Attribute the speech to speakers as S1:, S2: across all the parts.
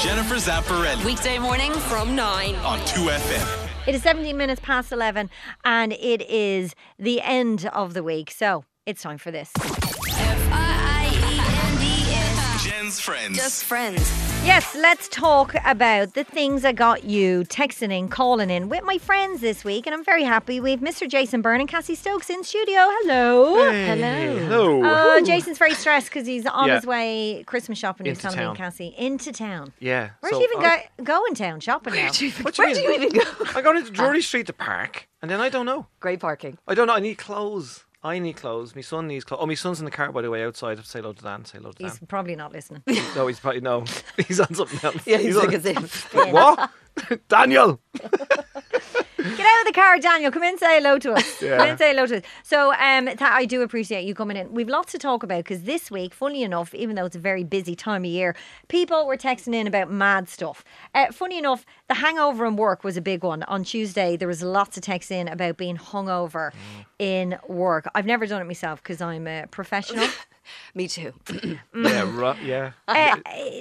S1: Jennifer Zapparelli
S2: Weekday morning from 9.
S1: on 2FM.
S3: It is 17 minutes past 11 and it is the end of the week. So it's time for this.
S2: E
S4: F-R-I-E-N-D-S.
S1: Jen's friends.
S4: Just friends.
S3: Yes, let's talk about the things that got you texting in, calling in with my friends this week. And I'm very happy with Mr. Jason Byrne and Cassie Stokes in studio. Hello.
S5: Hello.
S3: Uh, Jason's very stressed because he's on
S5: Yeah.
S3: his way Christmas shopping. He was
S5: Into
S3: telling
S5: town.
S3: me, Cassie, into town.
S5: yeah.
S3: Where
S5: so
S3: do you even
S5: I-
S3: go, go in town shopping now?
S5: What do you mean?
S3: even go?
S5: I got into Drury Street to park, and then I don't know.
S3: Great parking.
S5: I don't know. I need clothes. I need clothes. My son needs clothes. Oh, my son's in the car, by the way, outside. I have to say hello to Dan. Say hello to Dan.
S3: He's probably not listening.
S5: No, he's probably no. He's on something else.
S6: Yeah, he's
S5: on-
S6: like, as if.
S5: What? Daniel.
S3: Get out of the car, Daniel. Come in, say hello to us.
S5: Yeah.
S3: Come in, say hello to us. So, um, th- I do appreciate you coming in. We've lots to talk about because this week, funny enough, even though it's a very busy time of year, people were texting in about mad stuff. Uh, funny enough, the hangover in work was a big one on Tuesday. There was lots of texts in about being hungover
S5: Mm.
S3: in work. I've never done it myself because I'm a professional.
S6: Me too.
S5: Yeah, right. Yeah.
S3: Uh,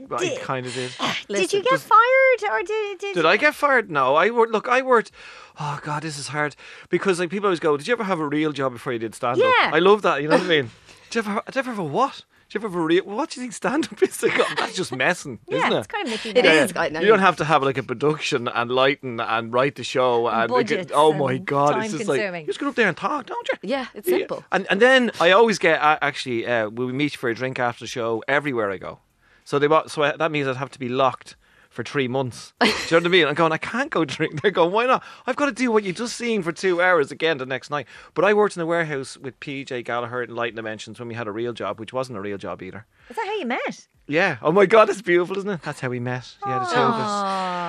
S5: Well, I
S3: did,
S5: kind of did.
S3: did
S6: Listen,
S3: you get fired or did did,
S5: Did I get fired? No. I worked. Look, I worked. Oh God, this is hard because like people always go, "Did you ever have a real job before you did stand up?"
S3: Yeah.
S5: I love that. You know what I mean? Did you ever? Have, did you ever have a what? Did you ever have a real? What do you think stand up is? Like, oh, that's just messing, isn't
S3: Yeah,
S5: it?
S3: it's kind of Mickey.
S6: It
S3: Mouse.
S6: is. I know.
S5: You don't have to have like a production and lighting and write the show and like,
S3: budgets
S5: oh my
S3: and
S5: god, it's just like
S3: time-consuming.
S5: you just get up there and talk, don't you?
S6: Yeah, it's
S5: Yeah.
S6: simple.
S5: And and then I always get uh, actually uh, we meet for a drink after the show everywhere I go. So they want- so I, that means I'd have to be locked for three months. Do you know what I mean? I'm going, I can't go drink. They're going, why not? I've got to do what you've just seen for two hours again the next night. But I worked in a warehouse with PJ Gallagher and Light Dimensions when we had a real job, which wasn't a real job either.
S3: Is that how you met?
S5: Yeah. Oh my God, that's beautiful, isn't it? That's how we met. Yeah, the two of
S3: Aw,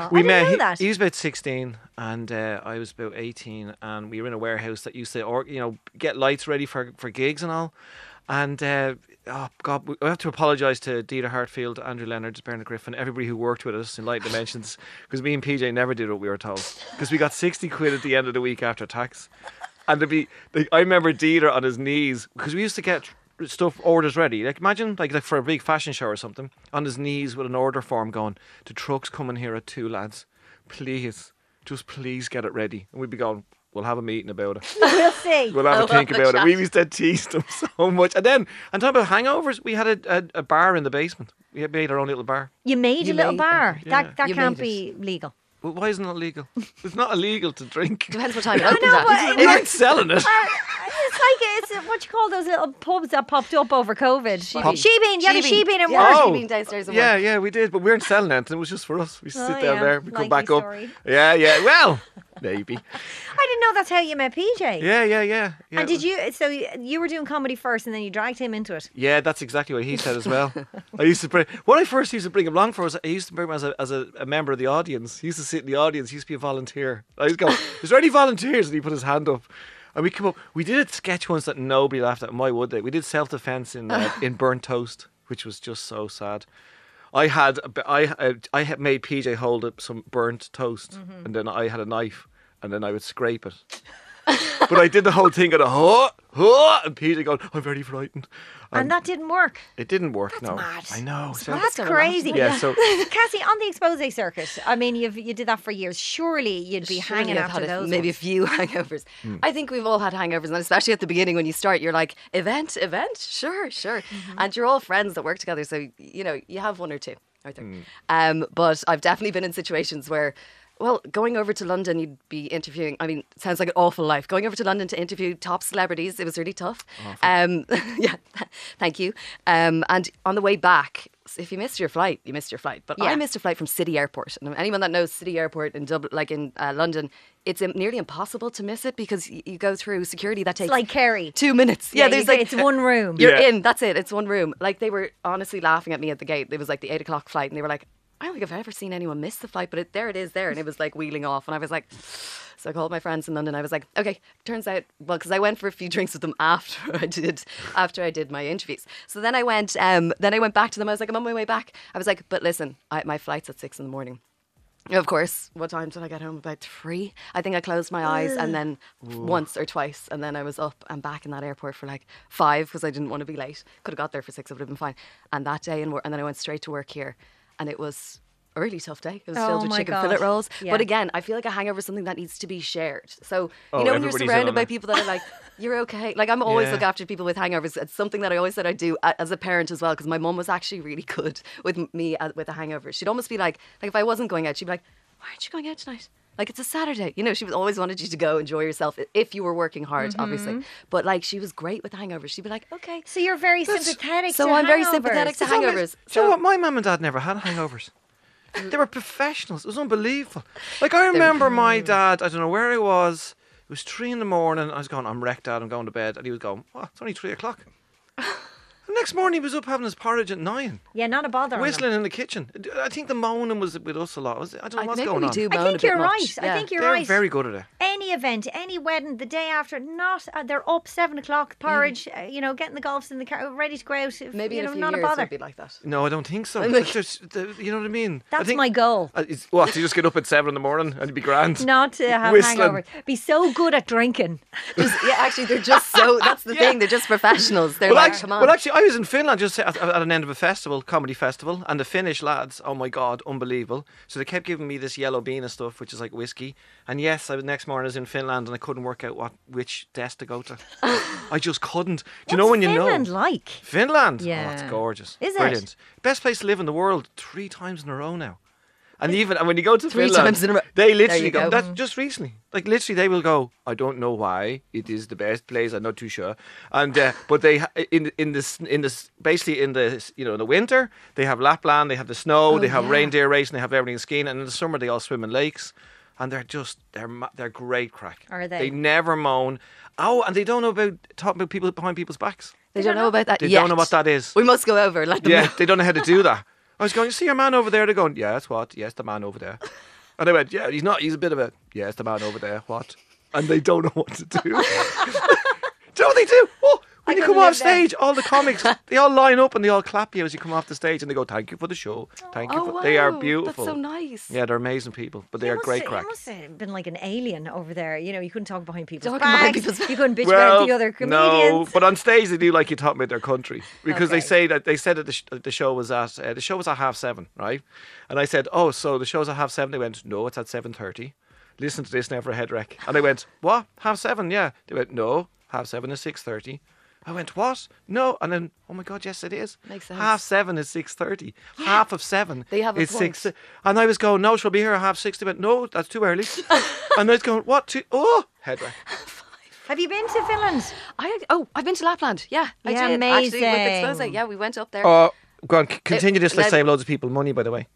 S5: us.
S3: I didn't know
S5: He,
S3: that.
S5: he was about sixteen, and uh, I was about eighteen, and we were in a warehouse that used to, or you know, get lights ready for for gigs and all. And uh, oh God, we I have to apologise to Dieter Hartfield, Andrew Leonard, Bernard Griffin, everybody who worked with us in Light Dimensions, because me and PJ never did what we were told, because we got sixty quid at the end of the week after tax. And to be, like, I remember Dieter on his knees because we used to get stuff orders ready. Like imagine, like, like for a big fashion show or something, on his knees with an order form going, "The truck's coming here at two, lads. Please, just please get it ready." And we'd be going, "We'll have a meeting about it.
S3: We'll see.
S5: We'll have
S6: love
S5: a think
S6: the
S5: about it." We
S6: chat.
S5: used to tease them so much. And then, on top of hangovers, we had a, a, a bar in the basement. We had made our own little bar.
S3: You made
S6: You
S3: a little
S6: made it.
S3: bar.
S5: Yeah.
S3: That that
S6: You
S3: can't
S6: made
S3: be legal.
S5: But why isn't it legal? it's not illegal to drink.
S6: Depends what time it opens
S3: know,
S6: at.
S3: but-
S5: They weren't selling it.
S3: Uh, it's like it's what you call those little pubs that popped up over COVID. She
S6: Pop-
S3: bean, yeah, the she
S6: She bean.
S3: bean at
S6: Yeah.
S3: work.
S6: Oh. actually being downstairs and
S5: yeah, yeah, we did, but we weren't selling anything. It was just for us. We
S3: Oh,
S5: sit down
S3: yeah.
S5: there, we
S3: Likely
S5: come back
S3: story.
S5: up. Yeah, yeah. Well, maybe.
S3: I didn't know that's how you met PJ.
S5: Oh. Yeah, yeah, yeah. yeah
S3: and did you? So you- you were doing comedy first, and then you dragged him into it.
S5: Yeah, that's exactly what he said as well. I used to bring. What I first used to bring him along for was I used to bring him as a, as a, a member of the audience. He used to sit in the audience. He used to be a volunteer. I used to go, "Is there any volunteers?" And he put his hand up. And we come up. We did a sketch once that nobody laughed at. and Why would they? We did self defense in uh, in burnt toast, which was just so sad. I had a bi- I uh, I had made PJ hold up some burnt toast, and then I had a knife, and then I would scrape it. but I did the whole thing at a huh, huh, and PJ going, "I'm very frightened."
S3: And that didn't work.
S5: It didn't work. no,
S3: mad.
S5: I know. so-
S3: That's
S6: still a lot,
S3: crazy.
S5: yeah, so
S3: Cassie, on the expose circuit, I mean, you've you did that for years. Surely you'd be
S6: Surely
S3: hanging
S6: I've
S3: after
S6: had a-
S3: those.
S6: maybe
S3: ones.
S6: a few hangovers. I think we've all had hangovers, and especially at the beginning when you start, you're like, event, event, sure, sure.
S3: Mm-hmm.
S6: And you're all friends that work together, so you know you have one or two out there. Um, but I've definitely been in situations where. Well, going over to London, you'd be interviewing. I mean, it sounds like an awful life. Going over to London to interview top celebrities, it was really tough. Um, yeah, thank you. Um, and on the way back, if you missed your flight, you missed your flight. But
S3: Yeah.
S6: I missed a flight from City Airport. And anyone that knows City Airport in Dublin, like in uh, London, it's im- nearly impossible to miss it because y- you go through security that takes
S3: like Kerry.
S6: two minutes. Yeah,
S3: you
S6: there's
S3: go-
S6: like
S3: it's one room.
S6: You're
S5: Yeah.
S6: in. That's it. It's one room. Like they were honestly laughing at me at the gate. It was like the eight o'clock flight, and they were like, "I don't think I've ever seen anyone miss the flight, but it, there it is there." And it was like wheeling off, and I was like. So I called my friends in London. I was like, okay. Turns out, well, because I went for a few drinks with them after I did after I did my interviews. So then I went, um, then I went back to them. I was like, I'm on my way back. I was like, but listen, I, my flight's at six in the morning. Of course. What time did I get home? About three. I think I closed my eyes and then once or twice, and then I was up and back in that airport for like five because I didn't want to be late. Could have got there for six. It would have been fine. And that day, and, wor- and then I went straight to work here, and it was a really tough day. It was
S3: Oh
S6: filled with
S3: my
S6: chicken
S3: God.
S6: fillet rolls.
S3: Yeah.
S6: But again, I feel like a hangover is something that needs to be shared. So
S5: Oh,
S6: you know when you're
S5: everybody's in
S6: surrounded
S5: on
S6: by
S5: it.
S6: people that are like, "You're okay." Like I'm always
S5: Yeah.
S6: looking after people with hangovers. It's something that I always said I do a- as a parent as well because my mom was actually really good with m- me at- with a hangover. She'd almost be like, like if I wasn't going out, she'd be like, "Why aren't you going out tonight?" Like it's a Saturday, you know. She was always wanted you to go enjoy yourself i- if you were working hard, obviously. But like she was great with hangovers. She'd be like, "Okay."
S3: So you're very sympathetic.
S6: So
S3: to
S6: I'm very
S3: hangovers.
S6: sympathetic to
S5: It's always-
S6: hangovers.
S5: Do you know
S6: So-
S5: what? My mum and dad never had hangovers. they were professionals. It was unbelievable. Like I remember my dad. I don't know where he was. It was three in the morning. I was going. I'm wrecked, Dad. I'm going to bed. And he was going. What? It's only three o'clock. the next morning, he was up having his porridge at nine,
S3: Yeah, not a bother. on them.
S5: whistling in the kitchen. I think the moaning was with us a lot. Was it- I don't know
S6: I-
S5: what's
S6: maybe
S5: going
S6: we
S5: on.
S6: do
S3: I
S6: moan a
S3: think
S6: bit
S3: you're
S6: much.
S3: right. I
S6: Yeah.
S3: think you're
S5: They're
S3: right.
S5: very good at it.
S3: any event, any wedding, the day after, not uh, they're up seven o'clock,
S5: Mm.
S3: porridge, uh, you know, getting the golfs in the car, ready to go out. if-
S6: Maybe
S3: you
S6: in
S3: know,
S6: a few
S3: not
S6: years
S3: a
S6: it
S3: bother.
S6: would be like that.
S5: No, I don't think so.
S6: like-
S5: There's- the- you know what I mean? I
S3: That's
S5: think-
S3: my goal.
S5: Uh, it's- what? You just get up at seven in the morning and it'd be grand.
S3: Not to have
S5: Whistling.
S3: hangover. Be so good at drinking.
S6: Just- yeah, actually, they're just so. That's the thing. They're just professionals. They're
S5: Well,
S6: like,
S5: act-
S6: come on.
S5: well, actually, I was in Finland just at, at an end of a festival, comedy festival, and the Finnish lads, oh my god, unbelievable! So they kept giving me this yellow bean and stuff, which is like whiskey. And yes, I was next morning I was in Finland, and I couldn't work out what which desk to go to. I just couldn't. Do you know
S3: What's
S5: when you
S3: Finland
S5: know?
S3: like?
S5: Finland, oh, it's
S3: Yeah.
S5: gorgeous,
S3: Is it?
S5: brilliant, best place to live in the world, three times in a row now. And even and when you go to
S6: Three
S5: Finland,
S6: times in a row.
S5: they
S6: There
S5: literally
S6: you
S5: go.
S6: go. Mm.
S5: That's just recently. Like literally, they will go. I don't know why it is the best place. I'm not too sure. And uh, but they ha- in in this in this basically in the you know in the winter they have Lapland, they have the snow, they have
S6: Oh, yeah.
S5: reindeer racing, they have everything skiing, and in the summer they all swim in lakes. And they're just they're ma- they're great crack.
S3: Are they?
S5: They never moan. Oh, and they don't know about talking about people behind people's backs.
S6: they don't know about that.
S5: They
S6: yet.
S5: don't know what that is.
S6: We must go over. Let them
S5: Yeah,
S6: know.
S5: they don't know how to do that. I was going, see your man over there? They're going, yeah, it's what? Yes, the man over there. And I went, yeah, he's not, he's a bit of a, yeah, it's the man over there, what? And they don't know what to do. do you know what they do? Oh, when
S3: I
S5: you
S3: couldn't
S5: come off
S3: live there.
S5: stage, all the comics, they all line up and they all clap you as you come off the stage and they go, thank you for the show. Thank you.
S6: Oh,
S5: for-" They are
S6: wow, that's
S5: beautiful.
S6: so nice.
S5: Yeah, they're amazing people, but they
S3: You
S5: are
S3: must
S5: great
S3: have-
S5: crack.
S3: You must have been like an alien over there. You know, you couldn't talk behind people's
S6: Talking
S3: backs.
S6: behind people's-
S3: You couldn't bitch about the other
S5: no,
S3: comedians.
S5: but on stage they do like you talk about their country because they
S3: Okay.
S5: say that they said that the, sh- the show was at uh, the show was at half seven, right? And I said, oh, so the show's at half seven. They went, no, it's at seven thirty. Listen to this now for a head wreck. And I went, what? Half seven? Yeah. They went, no, half seven is six thirty. I went, what? No. And then, oh my God, yes, it is.
S6: Makes sense.
S5: Half seven is six thirty. Half of seven
S6: They have a
S5: is six. uh,
S6: point.
S5: And I was going, no, she'll be here at half six. They went, no, that's too early. and I was going, what? Too- oh, head wreck.
S3: Have you been to Finland?
S6: I, oh, I've been to Lapland. Yeah, I
S3: Yeah,
S6: did. Actually, with
S3: amazing.
S6: Expose. Yeah, we went up there.
S5: Uh, go on, c- continue this. Let's
S6: let-
S5: save loads of people money, by the way.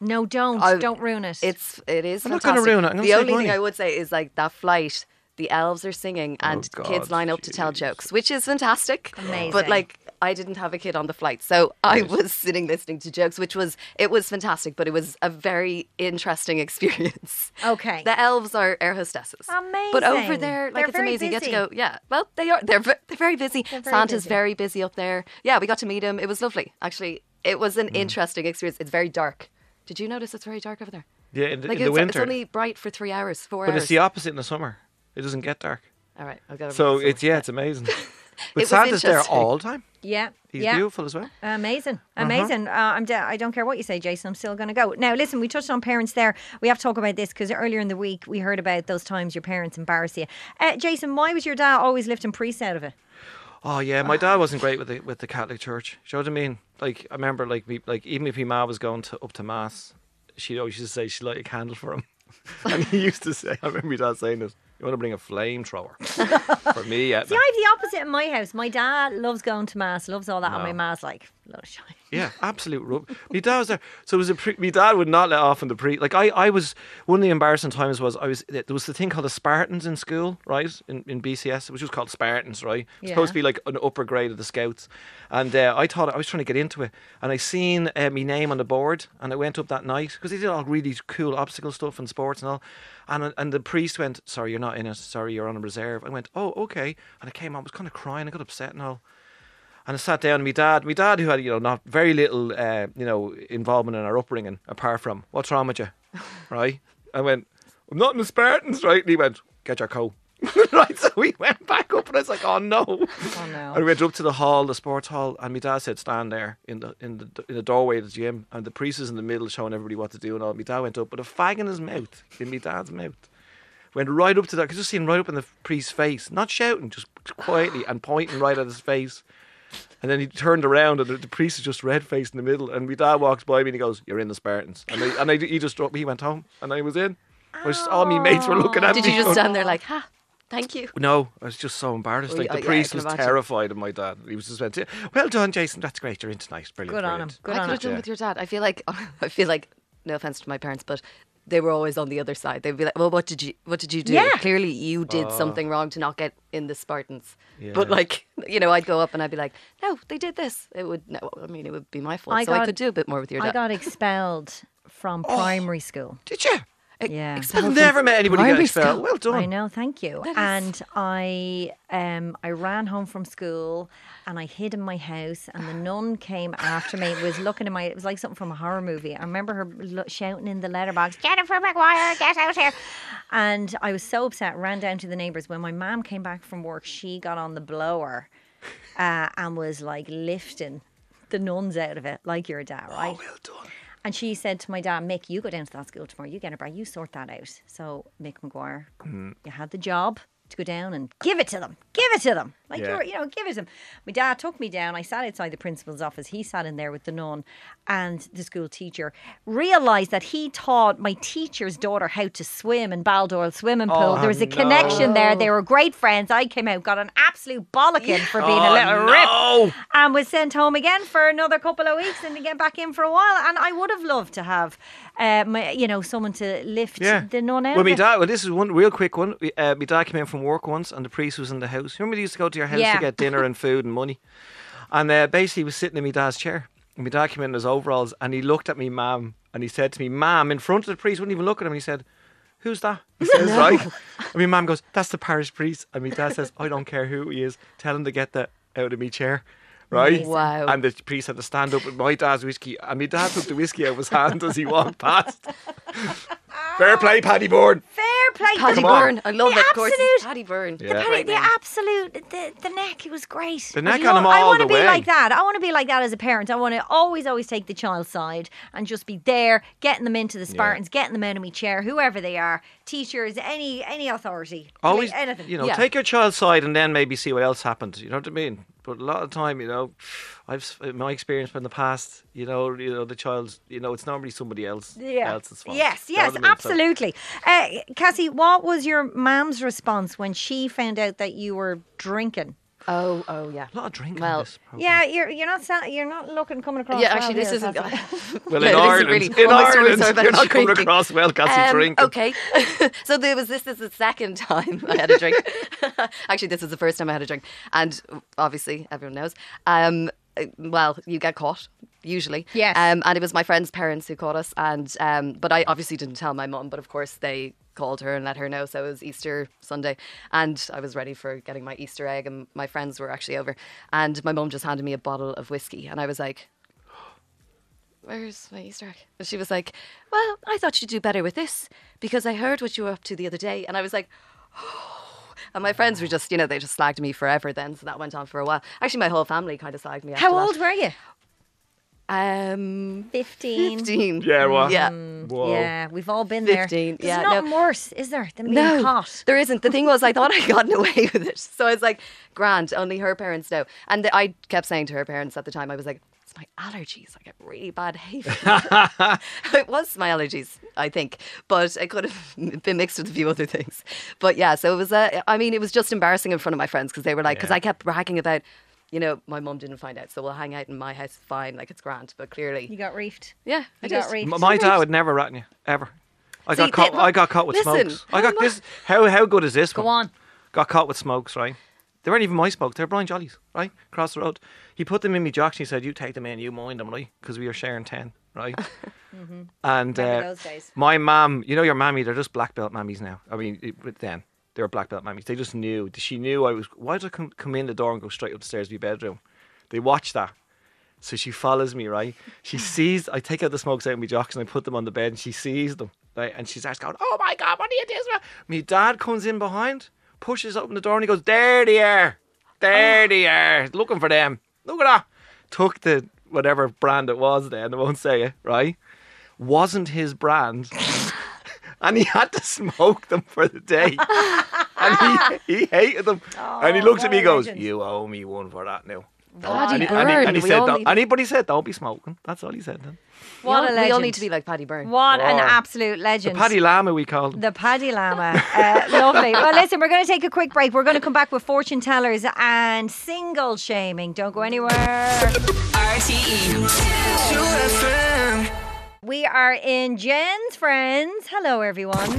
S3: No, don't.
S6: I-
S3: don't ruin it.
S6: It's it is.
S5: I'm not gonna
S6: fantastic.
S5: ruin it. I'm gonna
S6: the
S5: save
S6: only
S5: money.
S6: thing I would say is like that flight. The elves are singing and
S5: Oh, God,
S6: kids line up to tell
S5: jeez.
S6: jokes, which is fantastic.
S3: Amazing.
S6: But like I didn't have a kid on the flight, so I was sitting listening to jokes, which was it was fantastic, but it was a very interesting experience.
S3: Okay.
S6: The elves are air hostesses. But over
S3: Amazing.
S6: there,
S3: They're
S6: like it's
S3: very
S6: amazing. You get to
S3: busy.
S6: go. Yeah. Well, they are. They're ve- they're very busy.
S3: very
S6: Santa's
S3: busy.
S6: very busy up there. Yeah, we got to meet him. It was lovely. Actually, it was
S5: Mm.
S6: an interesting experience. It's very dark. Did you notice it's very dark over there?
S5: Yeah, in the,
S6: Like
S5: in
S6: it's,
S5: the winter.
S6: it's only bright for three hours, four
S5: but
S6: hours.
S5: it's the opposite in the summer. It doesn't get dark.
S6: All right, I've got to
S5: So it's yeah, it's amazing. But
S6: was
S5: Santa's there
S6: interesting.
S5: all the time.
S3: yeah.
S5: He's
S3: yeah.
S5: beautiful as well.
S3: Amazing, amazing. uh I'm d- I don't care what you say, Jason. I'm still going to go. Now, listen, we touched on parents there. We have to talk about this because earlier in the week we heard about those times your parents embarrass you. Uh, Jason, why was your dad always lifting priests out of it?
S5: Oh yeah, my dad wasn't great with the with the Catholic Church. Do you know what I mean? Like I remember, like we, like even if my ma was going to up to mass, she always used to say she would light a candle for him, and he used to say, I remember my dad saying this. You want to bring a flamethrower for me? Yeah,
S3: See, I have the opposite in my house. My dad loves going to mass, loves all that, and
S5: No.
S3: my ma's like, "Lot of shite."
S5: Yeah, absolute rub. My dad was there, so it was a pre- my dad would not let off on the pre. Like I, I was one of the embarrassing times was I was there was the thing called the Spartans in school, right? In in BCS, which was called Spartans, right? It was supposed to
S3: Yeah.
S5: be like an upper grade of the Scouts, and uh, I thought I was trying to get into it, and I seen uh, my name on the board, and I went up that night because they did all really cool obstacle stuff and sports and all, and uh, and the priest went, "Sorry, you're not in it. Sorry, you're on a reserve." I went, "Oh, okay," and I came on, I was kind of crying, I got upset and all. And I sat down. My dad, my dad, who had you know not very little, uh, you know, involvement in our upbringing, apart from what's wrong with you, right? I went, I'm not in the Spartans, right? And he went, get your coat. right, so we went back up, and I was like, "Oh no!"
S3: Oh, no.
S5: And we went up to the hall, the sports hall, and my dad said, "Stand there in the in the in the doorway of the gym." And the priest is in the middle, showing everybody what to do, and all. My dad went up with a fag in his mouth, in my dad's mouth. Went right up to that. I could just see him right up in the priest's face, not shouting, just quietly and pointing right at his face. And then he turned around, and the, the priest is just red faced in the middle. And my dad walks by me, and he goes, "You're in the Spartans." And I, and I, he just dropped. He went home, and I was in. I was- all my mates were looking at
S6: Did
S5: me.
S6: you just
S5: going,
S6: stand there like, ha, thank you?
S5: no, I was just so embarrassed.
S6: Oh,
S5: Like
S6: yeah,
S5: the
S6: yeah, I
S5: priest
S6: can
S5: was
S6: imagine.
S5: terrified of my dad. He was just went, "Well done, Jason. That's great. You're in tonight. Brilliant."
S3: Good on him.
S5: brilliant."
S3: Good
S6: I
S3: on
S6: could
S3: him.
S6: have done with your dad. I feel like I feel like no offense to my parents, but they were always on the other side. They'd be like, "Well, what did you what did you do?
S3: Yeah.
S6: Clearly, you did something wrong to not get in the Spartans." But
S5: Oh. Yeah.
S6: like, you know, I'd go up and I'd be like, "No, they did this." It would no, I mean, it would be my fault.
S3: I
S6: so I
S3: got-
S6: could do a bit more with your
S3: I
S6: dad.
S3: got expelled from primary school.
S5: Did you?
S3: Yeah.
S5: I've never met anybody get
S6: primary
S5: expelled.
S6: school.
S5: Well done.
S3: I know, thank you. And I um I ran home from school and I hid in my house and the nun came after me, was looking at my it was like something from a horror movie. I remember her lo- shouting in the letterbox, Jennifer McGuire, get out here. And I was so upset, ran down to the neighbors. When my mom came back from work, she got on the blower uh, and was like lifting the nuns out of it, like your dad, right?
S5: Oh, Well done.
S3: And she said to my dad, Mick, you go down to that school tomorrow. You get a break. You sort that out. So, Mick McGuire,
S5: Mm.
S3: you had the job to go down and give it to them. Give it to them. Like,
S5: Yeah.
S3: you're, you know, give it to them. My dad took me down. I sat outside the principal's office. He sat in there with the nun and the school teacher. Realised that he taught my teacher's daughter how to swim in Baldoyle Swimming Pool.
S5: Oh,
S3: there was a
S5: no.
S3: connection there. They were great friends. I came out, got an absolute bollocking for being a
S5: Oh,
S3: little rip
S5: no.
S3: and was sent home again for another couple of weeks and to get back in for a while. And I would have loved to have, uh, my, you know, someone to lift
S5: Yeah.
S3: the nun out.
S5: Well,
S3: of
S5: my
S3: it.
S5: dad. Well, this is one real quick one. We- Uh, my dad came in from work once, and the priest was in the house. Remember, they used to go to your house
S3: Yeah.
S5: to get dinner and food and money. And uh, basically, he was sitting in my dad's chair. And my dad came in, in his overalls, and he looked at me, ma'am, and he said to me, "Ma'am," in front of the priest, wouldn't even look at him. He said. Who's that? He says, right? And my mum goes, That's the parish priest. And my dad says, I don't care who he is. Tell him to get that out of me chair. Right?
S6: Amazing. Wow.
S5: And the priest had to stand up with my dad's whiskey. And my dad took the whiskey out of his hand as he walked past. Fair play, Paddy Bourne.
S3: Fair play, to
S6: Paddy
S3: the-
S5: Come on.
S6: Byrne, I love
S3: The
S6: it. Of course, it's
S3: absolute-
S6: Paddy Byrne.
S5: Yeah.
S3: Paddy-
S6: Right
S3: the
S6: now.
S3: absolute the, the neck it was great I'd
S5: neck on 'em
S3: I
S5: all
S3: want to
S5: the
S3: be
S5: way.
S3: like that I want to be like that as a parent I want to always always take the child's side and just be there getting them into the Spartans getting them out of my chair whoever they are teachers any any authority
S5: Always,
S3: anything
S5: you know,
S6: Yeah.
S5: take your child's side and then maybe see what else happened. You know what I mean? But a lot of time, you know, I've s- in my experience in the past, you know, you know, the child's, you know, it's normally somebody else
S3: yeah.
S5: else's fault.
S3: Yes,
S5: You know
S3: yes,
S5: what I mean? So-
S3: absolutely. Uh, Cassie, what was your mom's response when she found out that you were drinking?
S6: Oh, oh yeah.
S5: a lot of drinking.
S6: Well,
S5: in this program.
S3: Yeah, you're you're not sound, you're not looking coming across.
S6: Yeah,
S3: well
S6: actually, this
S3: here,
S6: isn't.
S3: Cassie.
S5: Well,
S6: Yeah,
S5: in
S6: this is
S5: Ireland,
S6: really-
S5: in
S6: all my stories
S5: Ireland,
S6: are about
S5: you're not coming
S6: drinking.
S5: across well, Cassie.
S6: Um,
S5: drinking.
S6: Okay. so there was this. This is the second time I had a drink. Actually, this is the first time I had a drink, and obviously everyone knows. Um, uh, well, you get caught usually.
S3: Yes.
S6: Um, and it was my friend's parents who caught us, and um, but I obviously didn't tell my mum, but of course they called her and let her know. So it was Easter Sunday, and I was ready for getting my Easter egg, and my friends were actually over, and my mum just handed me a bottle of whiskey, and I was like where's my Easter egg? And she was like, Well, I thought you'd do better with this because I heard what you were up to the other day. And I was like, Oh. And my friends were just, you know, they just slagged me forever then. So that went on for a while. Actually, my whole family kind of slagged me. After
S3: How
S6: that.
S3: old were you?
S6: Um,
S3: 15.
S6: 15.
S5: Yeah, well,
S6: Yeah.
S5: Whoa.
S3: Yeah, we've all been there.
S6: 15,
S3: There's
S6: yeah,
S3: nothing
S6: no.
S3: worse, is there, than being
S6: No,
S3: caught?
S6: there isn't. The thing was, I thought I'd gotten away with it. So I was like, grand, only her parents know. And th- I kept saying to her parents at the time, I was like, it's my allergies. I get really bad hay fever. it was my allergies, I think, but it could have been mixed with a few other things. But yeah, so it was, uh, I mean, it was just embarrassing in front of my friends because they were like, because
S5: Yeah.
S6: I kept bragging about, you know, my mum didn't find out, so we'll hang out in my house, fine, like it's grand. But clearly,
S3: You got reefed.
S6: yeah, I
S3: You got
S6: did.
S3: reefed.
S5: M- My dad would never rat on you ever. I
S6: See,
S5: got caught.
S6: they-
S5: I got caught with
S6: listen,
S5: smokes. I
S6: how
S5: got
S6: mu-
S5: this. How how good is this?
S3: Go
S5: one?
S3: on.
S5: Got caught with smokes, right? They weren't even my smokes. They were Brian Jolly's, right? Across the road. He put them in me jocks and he said, "You take them in, you mind them, right? Because we were sharing ten, right?" And
S3: Remember
S5: uh,
S3: those days.
S5: my mom, you know your mammy, they're just black belt mammies now. I mean, it, but then they were black belt mammies. They just knew. She knew I was. Why did I come, come in the door and go straight upstairs to my bedroom? They watched that. So she follows me, right? She sees I take out the smokes out of my jocks and I put them on the bed and she sees them, right? And she starts going, Oh my god, what are you doing? Me dad comes in behind pushes open the door and he goes, There they are. There
S3: Oh.
S5: they are. Looking for them. Look at that. Took the whatever brand it was then, I won't say it, right? Wasn't his brand. and he had to smoke them for the day. and he, he hated them. and he
S6: Oh,
S5: looks at me and
S3: what a
S5: goes,
S3: legend.
S5: You owe me one for that now.
S6: Bloody
S5: and, he, and, he,
S6: burn,
S5: and he
S6: we
S5: said,
S6: all
S5: don't,
S6: need-
S5: and he, but he said, don't be smoking. That's all he said then.
S3: What
S6: we
S3: a
S6: all,
S3: legend.
S6: We all need to be like Paddy Byrne.
S3: What an
S5: Oh.
S3: absolute legend.
S5: Paddy Lama, we called him.
S3: The Paddy Llama. Uh, lovely. Well, listen, we're going to take a quick break. We're going to come back with fortune tellers and single shaming. Don't go anywhere.
S2: RTE.
S3: We are in Jen's Friends. Hello, everyone.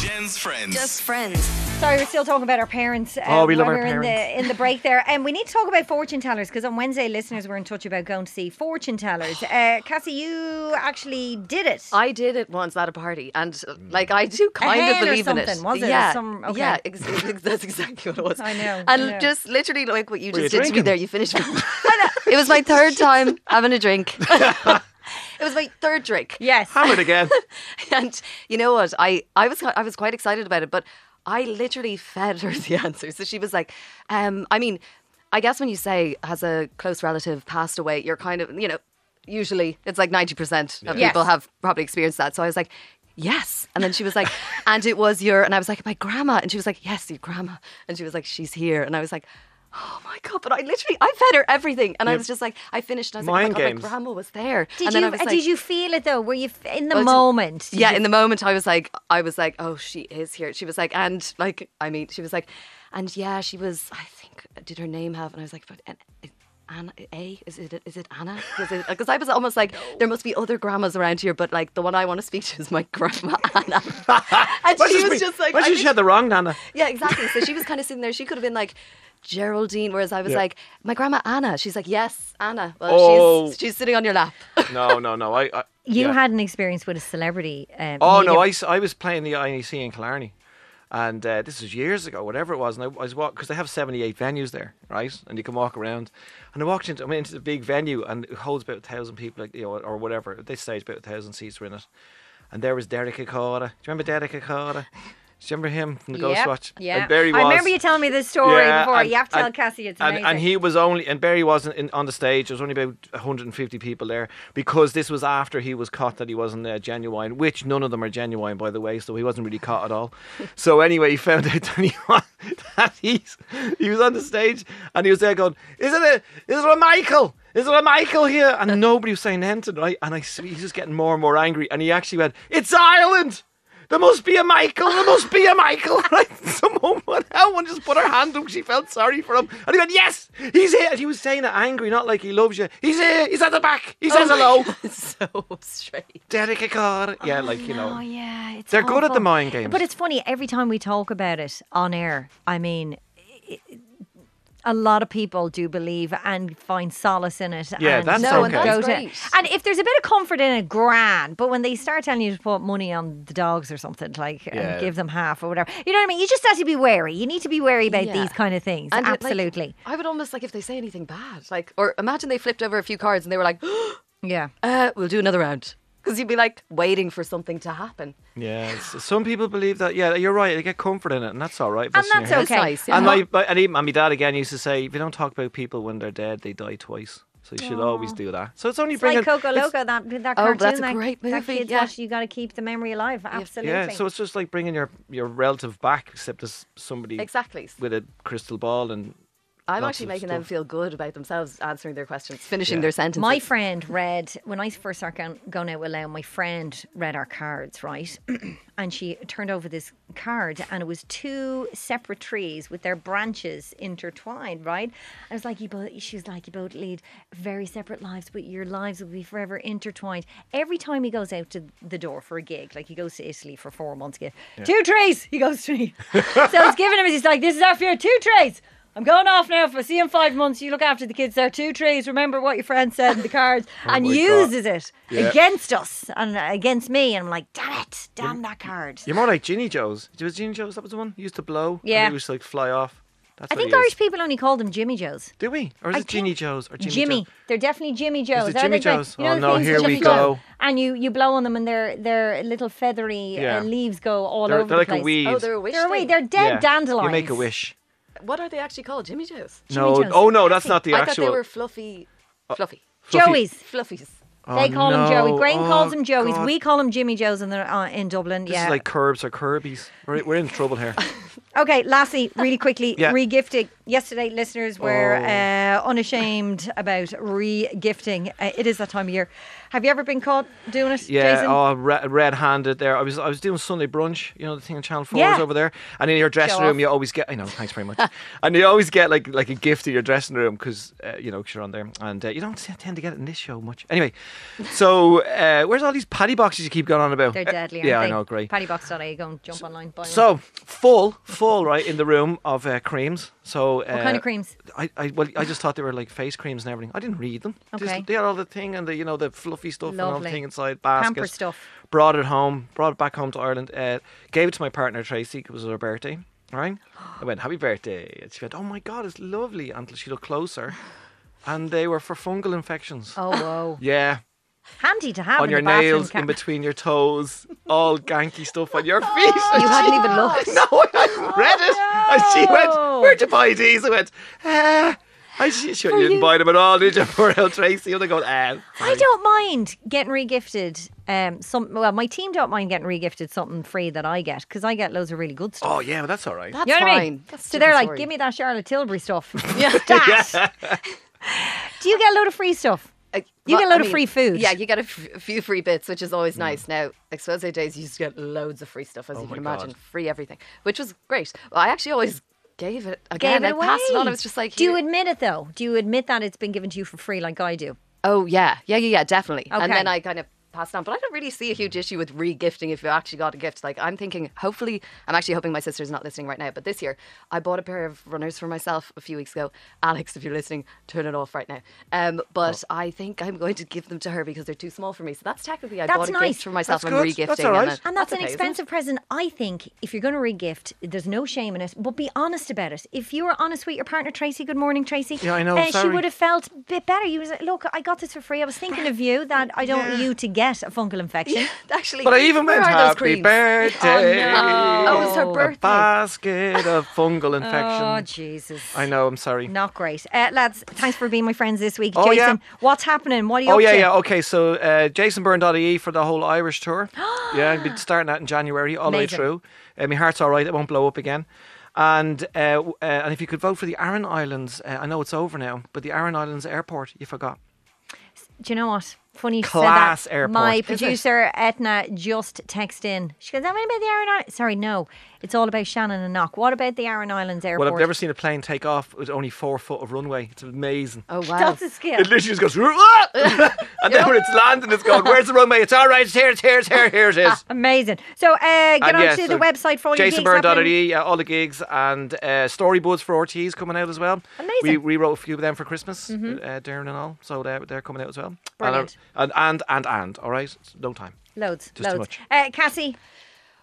S1: Jen's friends.
S2: Just friends.
S3: Sorry, we're still talking about our parents. uh,
S5: Oh, we love
S3: when
S5: our
S3: we're In the,
S5: parents.
S3: in the break there. And we need to talk about fortune tellers because on Wednesday, listeners were in touch about going to see fortune tellers. Uh, Cassie, you actually did it.
S6: I did it once at a party, and uh, like I do kind
S3: Mm. hen
S6: of
S3: or
S6: believe in it.
S3: something, was it? Or
S6: Yeah,
S3: some- okay.
S6: yeah, ex- ex- that's exactly what it was.
S3: I know, I
S6: And
S3: know.
S6: just literally like what you
S5: Were
S6: just
S5: you
S6: did to me
S5: drinking?
S6: there, you finished. me. I know. it was my third time having a drink. it was my third drink.
S3: yes.
S5: Hammered again.
S6: and you know what? I I was I was quite excited about it, but I literally fed her the answer. So she was like, um, I mean, I guess when you say has a close relative passed away, you're kind of you know, usually it's like ninety percent of
S3: Yes.
S6: people have probably experienced that. So I was like. Yes. And then she was like, and it was your, and I was like, my grandma. And she was like, yes, your grandma. And she was like, she's here. And I was like, oh my God. But I literally, I fed her everything. And I was just like, I finished. And I was
S5: Mind
S6: like, oh my, God,
S5: games.
S6: my grandma was there.
S3: Did
S6: and then
S3: you
S6: I was like,
S3: did you feel it though? Were you f- in the
S6: well, it's-
S3: moment? Did
S6: yeah,
S3: you-
S6: in the moment I was like, I was like, oh, she is here. She was like, and like, I mean, she was like, and yeah, she was. I think did her name have? And I was like, but and, Anna A is it? Is it Anna? Because I was almost like, there must be other grandmas around here, but like the one I want to speak to is my grandma Anna. and
S5: Why
S6: she
S5: should
S6: was
S5: we-
S6: just like,
S5: why
S6: I
S5: should
S6: think-
S5: she had the wrong nana?
S6: yeah, exactly. So she was kind of sitting there. She could have been like Geraldine, whereas I was
S5: Yeah.
S6: like, my grandma Anna. She's like, yes, Anna. Well,
S5: Oh.
S6: she's she's sitting on your lap.
S5: No, no, no. I, I
S3: You
S5: yeah.
S3: had an experience with a celebrity. Um,
S5: Oh
S3: medium.
S5: no, I, s- I was playing the INEC in Killarney, and uh, this was years ago, whatever it was. And I, I was walk because they have seventy eight venues there, right? And you can walk around. And I walked into I went into the big venue, and it holds about a thousand people, like you know, or whatever. At this stage, about a thousand seats were in it. And there was Derek Akota. Do you remember Derek Akota? Do you remember him from the
S3: Yep,
S5: Ghost Watch?
S3: Yeah,
S5: And there he was.
S3: I remember you telling me this story before.
S5: and-
S3: you have to tell
S5: and-
S3: Cassie it's
S5: and,
S3: amazing.
S5: and he was only and Barry wasn't in, on the stage. There was only about 150 people there because this was after he was caught that he wasn't uh, genuine, which none of them are genuine, by the way. So he wasn't really caught at all. so anyway, he found out that he was, that he's, he was on the stage and he was there going, "Is it a is it a Michael?" Is there a Michael here? And nobody was saying anything, right? And I, s- he's just getting more and more angry. And he actually went, "It's Ireland! There must be a Michael. There must be a Michael. Right? Someone, one just put her hand up. She felt sorry for him, and he went, "Yes, he's here." And he was saying it angry, not like he loves you. He's here. He's at the back. He
S3: Oh
S5: says hello.
S6: so straight.
S5: Derek Akar. Yeah, like you know,
S3: Oh yeah, it's
S5: they're good at the
S3: awful.
S5: mind games.
S3: But it's funny every time we talk about it on air. I mean, it, a lot of people do believe and find solace in it.
S5: Yeah,
S3: and
S5: that's
S3: go
S5: No, and okay.
S6: that's
S3: to-
S6: great.
S3: And if there's a bit of comfort in it, grand. But when they start telling you to put money on the dogs or something, like
S5: Yeah.
S3: and give them half or whatever, you know what I mean? You just have to be wary. You need to be wary about
S6: Yeah.
S3: these kind of things.
S6: And it, like,
S3: Absolutely.
S6: I would almost like if they say anything bad, like, or imagine they flipped over a few cards and they were like,
S3: yeah.
S6: uh, we'll do another round. Because you'd be like waiting for something to happen.
S5: yeah, it's- some people believe that. Yeah, you're right. They get comfort in it, and that's all right. if
S3: And
S5: in your
S3: that's
S5: head.
S3: okay.
S6: It's nice, yeah.
S5: And my, my and even my dad again used to say, if you don't talk about people when they're dead, they die twice. So you should always do that. So it's only
S3: It's
S5: bringing
S3: like Coco
S5: it's-
S3: Loco, that, that
S6: Oh,
S3: cartoon.
S6: that's a
S3: that,
S6: great
S3: that
S6: movie,
S3: kids
S6: yeah.
S3: watch, you got to keep the memory alive. Absolutely.
S5: Yeah, so it's just like bringing your your relative back, except as somebody
S6: Exactly.
S5: with a crystal ball and
S6: I'm
S5: lots
S6: actually
S5: of
S6: making them
S5: stuff.
S6: feel good about themselves answering their questions, finishing
S5: Yeah.
S6: their sentences.
S3: My friend read when I first started going, going out with Leo. My friend read our cards, right? and she turned over this card, and it was two separate trees with their branches intertwined, right? I was like, you both. She was like, you both lead very separate lives, but your lives will be forever intertwined. Every time he goes out to the door for a gig, like he goes to Italy for four months, gig, two trees. He goes to me, so it's giving him. He's like, this is our fear, two trees. I'm going off now. If I see you in five months, you look after the kids. There are two trees. Remember what your friend said in the cards and
S5: Oh my God.
S3: uses it
S5: Yeah.
S3: against us and against me. And I'm like, damn it, damn that card.
S5: You're more like Ginny Joe's. Was Ginny Joe's that was the one? He used to blow.
S3: Yeah.
S5: And he used to like fly off. That's
S3: I
S5: what
S3: think
S5: he is.
S3: Irish people only call them Jimmy Joes.
S5: Do we? Or is
S3: I
S5: it Ginny
S3: think-
S5: Joe's or Jimmy?
S3: Jimmy.
S5: Joe?
S3: They're definitely Jimmy Joes.
S5: it
S3: Are
S5: Jimmy
S3: they great?
S5: Joes?
S3: You know
S5: Oh,
S3: the
S5: no,
S3: things
S5: here
S3: with
S5: we
S3: Jimmy Joe?
S5: go.
S3: and you you blow on them, and their their little feathery
S5: Yeah.
S3: uh, leaves go all
S5: They're,
S3: over.
S5: they're
S3: the
S5: like
S3: place.
S5: a weed.
S6: Oh, they're a wish.
S3: They're away.
S6: thing.
S3: They're dead
S5: Yeah.
S3: dandelions.
S5: You make a wish.
S6: What are they actually called? Jimmy Joe's.
S5: No.
S3: Joe's.
S5: Oh no, that's not the
S6: I
S5: actual. Uh,
S6: thought they were fluffy, fluffy,
S5: fluffy-
S3: Joey's.
S6: fluffies.
S3: they
S5: Oh,
S3: call them Joey.
S5: no.
S3: Graham
S5: Oh,
S3: calls them Joey's.
S5: God.
S3: We call them Jimmy Joes in, the, uh, in Dublin.
S5: This
S3: yeah.
S5: is like curbs or curbies. We're, we're in trouble here.
S3: Okay, lastly, really quickly,
S5: Yeah.
S3: regifting. Yesterday, listeners were
S5: Oh.
S3: uh, unashamed about regifting. Uh, it is that time of year. Have you ever been caught doing it,
S5: Yeah,
S3: Jason?
S5: oh, re- red-handed there. I was I was doing Sunday brunch, you know, the thing on Channel Four
S3: Yeah.
S5: is over there, and in your dressing
S3: Show
S5: room
S3: off.
S5: you always get. I know, thanks very much. and you always get like like a gift in your dressing room because uh, you know you you're on there, and uh, you don't see- tend to get it in this show much. Anyway, so uh, where's all these paddy boxes you keep going on about?
S3: They're
S5: Uh,
S3: deadly, aren't
S5: yeah,
S3: they?
S5: I know, great.
S3: Paddybox.ie, go and jump online. Buy one.
S5: So full, full, right in the room of uh, creams. So uh,
S3: what kind of creams?
S5: I, I well, I just thought they were like face creams and everything. I didn't read them. Just-
S3: Okay.
S5: they had all the thing and the you know the fluffy stuff and all the
S3: Lovely.
S5: thing inside baskets.
S3: Pamper stuff.
S5: Brought it home. Brought it back home to Ireland. Uh, gave it to my partner Tracy. 'cause It was her birthday. Right. I went happy birthday. And she went, oh my god, it's lovely. Until she looked closer, and they were for fungal infections.
S3: Oh, whoa.
S5: Yeah,
S3: Handy to have
S5: on
S3: in
S5: your
S3: the bathroom
S5: nails,
S3: ca-
S5: in between your toes, all ganky stuff on your feet.
S6: Oh, You hadn't even looked. Oh,
S5: No, I hadn't read it. And she
S3: no.
S5: went, Where'd you buy these? I went, Ah. I she, she went, You didn't buy them at all, did you? Poor old Tracy. And I go, Ah.
S3: I don't mind getting regifted. Um, some well, my team don't mind getting regifted something free that I get because I get loads of really good stuff.
S5: Oh, yeah, well, that's all right.
S6: That's
S3: You know
S6: fine.
S3: what I mean?
S6: That's a
S3: so they're
S6: different
S3: like,
S6: story.
S3: give me that Charlotte Tilbury stuff. That. Do you get a load of free stuff?
S6: Uh,
S3: You
S6: well,
S3: get a load
S6: I
S3: of
S6: mean,
S3: free food. Hmm.
S6: Yeah, you get a f- a few free bits, which is always nice. Now, expose days, you just get loads of free stuff,
S3: Oh
S6: as you can
S5: my
S6: imagine,
S5: God.
S6: free everything, which was great. Well, I actually always gave it again.
S3: Gave it away.
S6: I passed it on. I was just like,
S3: do you
S6: "Here."
S3: admit it though? Do you admit that it's been given to you for free, like I do?
S6: Oh yeah, yeah, yeah, yeah, definitely.
S3: Okay.
S6: And then I kind of passed on, but I don't really see a huge issue with regifting if you actually got a gift. Like I'm thinking, hopefully, I'm actually hoping my sister's not listening right now. But this year, I bought a pair of runners for myself a few weeks ago. Alex, if you're listening, turn it off right now. Um, but
S5: Oh.
S6: I think I'm going to give them to her because they're too small for me. So that's technically I
S3: That's
S6: bought a
S3: nice.
S6: gift for myself.
S5: That's
S6: I'm
S5: good.
S6: regifting,
S5: That's all right.
S6: then-
S3: And that's, an
S6: okay, isn't it?
S3: expensive present. I think if you're going to regift, there's no shame in it, but be honest about it. If you were honest with your partner, Tracy, good morning, Tracy.
S5: Yeah, I know,
S3: Uh, she
S5: sorry.
S3: would have felt a bit better. You was like, look, I got this for free. I was thinking of you that I don't want you to get a fungal infection.
S6: Actually,
S5: But I even
S6: where
S5: went,
S6: are those
S5: Happy
S6: creams?
S5: birthday.
S3: Oh, no.
S6: Oh, it was her
S5: A
S6: birthday.
S5: basket of fungal
S3: Oh,
S5: infections.
S3: Jesus.
S5: I know, I'm sorry.
S3: Not great. Uh, lads, thanks for being my friends this week.
S5: Oh,
S3: Jason,
S5: yeah.
S3: what's happening? What are you
S5: Oh
S3: up
S5: yeah,
S3: to?
S5: yeah. Okay, so uh, jasonburn.ie for the whole Irish tour. yeah, I'll be starting that in January all the way
S3: Amazing.
S5: through. Uh, my heart's all right; it won't blow up again. And uh, w- uh, and if you could vote for the Aran Islands, uh, I know it's over now, but the Aran Islands airport, you forgot.
S3: Do you know what? Funny you
S5: Class
S3: said that.
S5: airport,
S3: My
S5: is it?
S3: producer Etna just texted in. She goes, "That what about the Aran Islands?" Sorry, no. It's all about Shannon and Knock. What about the Aran Islands airport?
S5: Well, I've never seen a plane take off with only four foot of runway. It's amazing.
S6: Oh wow.
S3: That's a skill.
S5: It literally just goes, "Wah!" and then when it's landing, it's going, "Where's the runway?" It's all right. It's here. It's here. It's here. Here it is.
S3: Amazing. So uh, get
S5: And
S3: onto
S5: yes,
S3: the
S5: so
S3: website for all your gigs happening.
S5: jasonbyrne.ie, yeah, all the gigs, and uh, Storybuzz for RT's coming out as well.
S3: Amazing. Mm-hmm.
S5: We rewrote a few of them for Christmas, uh, Darren and all, so they're, they're coming out as well. And, uh,
S3: Brilliant.
S5: And, and, and, and, all right? It's No time.
S3: Loads,
S5: E. Just too
S3: loads.
S5: much.
S3: Uh, Cassie,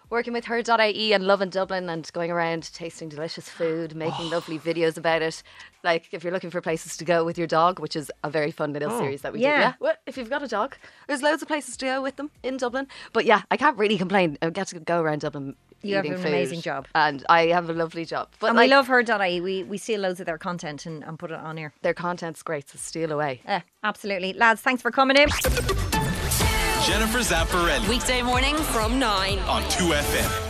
S6: working with her.ie and loving Dublin and going around tasting delicious food, making lovely videos about it. Like if you're looking for places to go with your dog, which is a very fun little series that we
S3: yeah.
S6: do. Yeah. Well, if you've got a dog, there's loads of places to go with them in Dublin. But yeah, I can't really complain. I get to go around Dublin.
S3: You have
S6: eating
S3: an
S6: food,
S3: amazing job.
S6: and I have a lovely job. But
S3: and
S6: like,
S3: we love her.ie. E. We we see loads of their content and, and put it on here.
S6: their content's great, so steal away.
S3: Uh, absolutely, lads. Thanks for coming in.
S1: Jennifer Zapparelli
S2: Weekday morning from 9.
S1: on 2FM.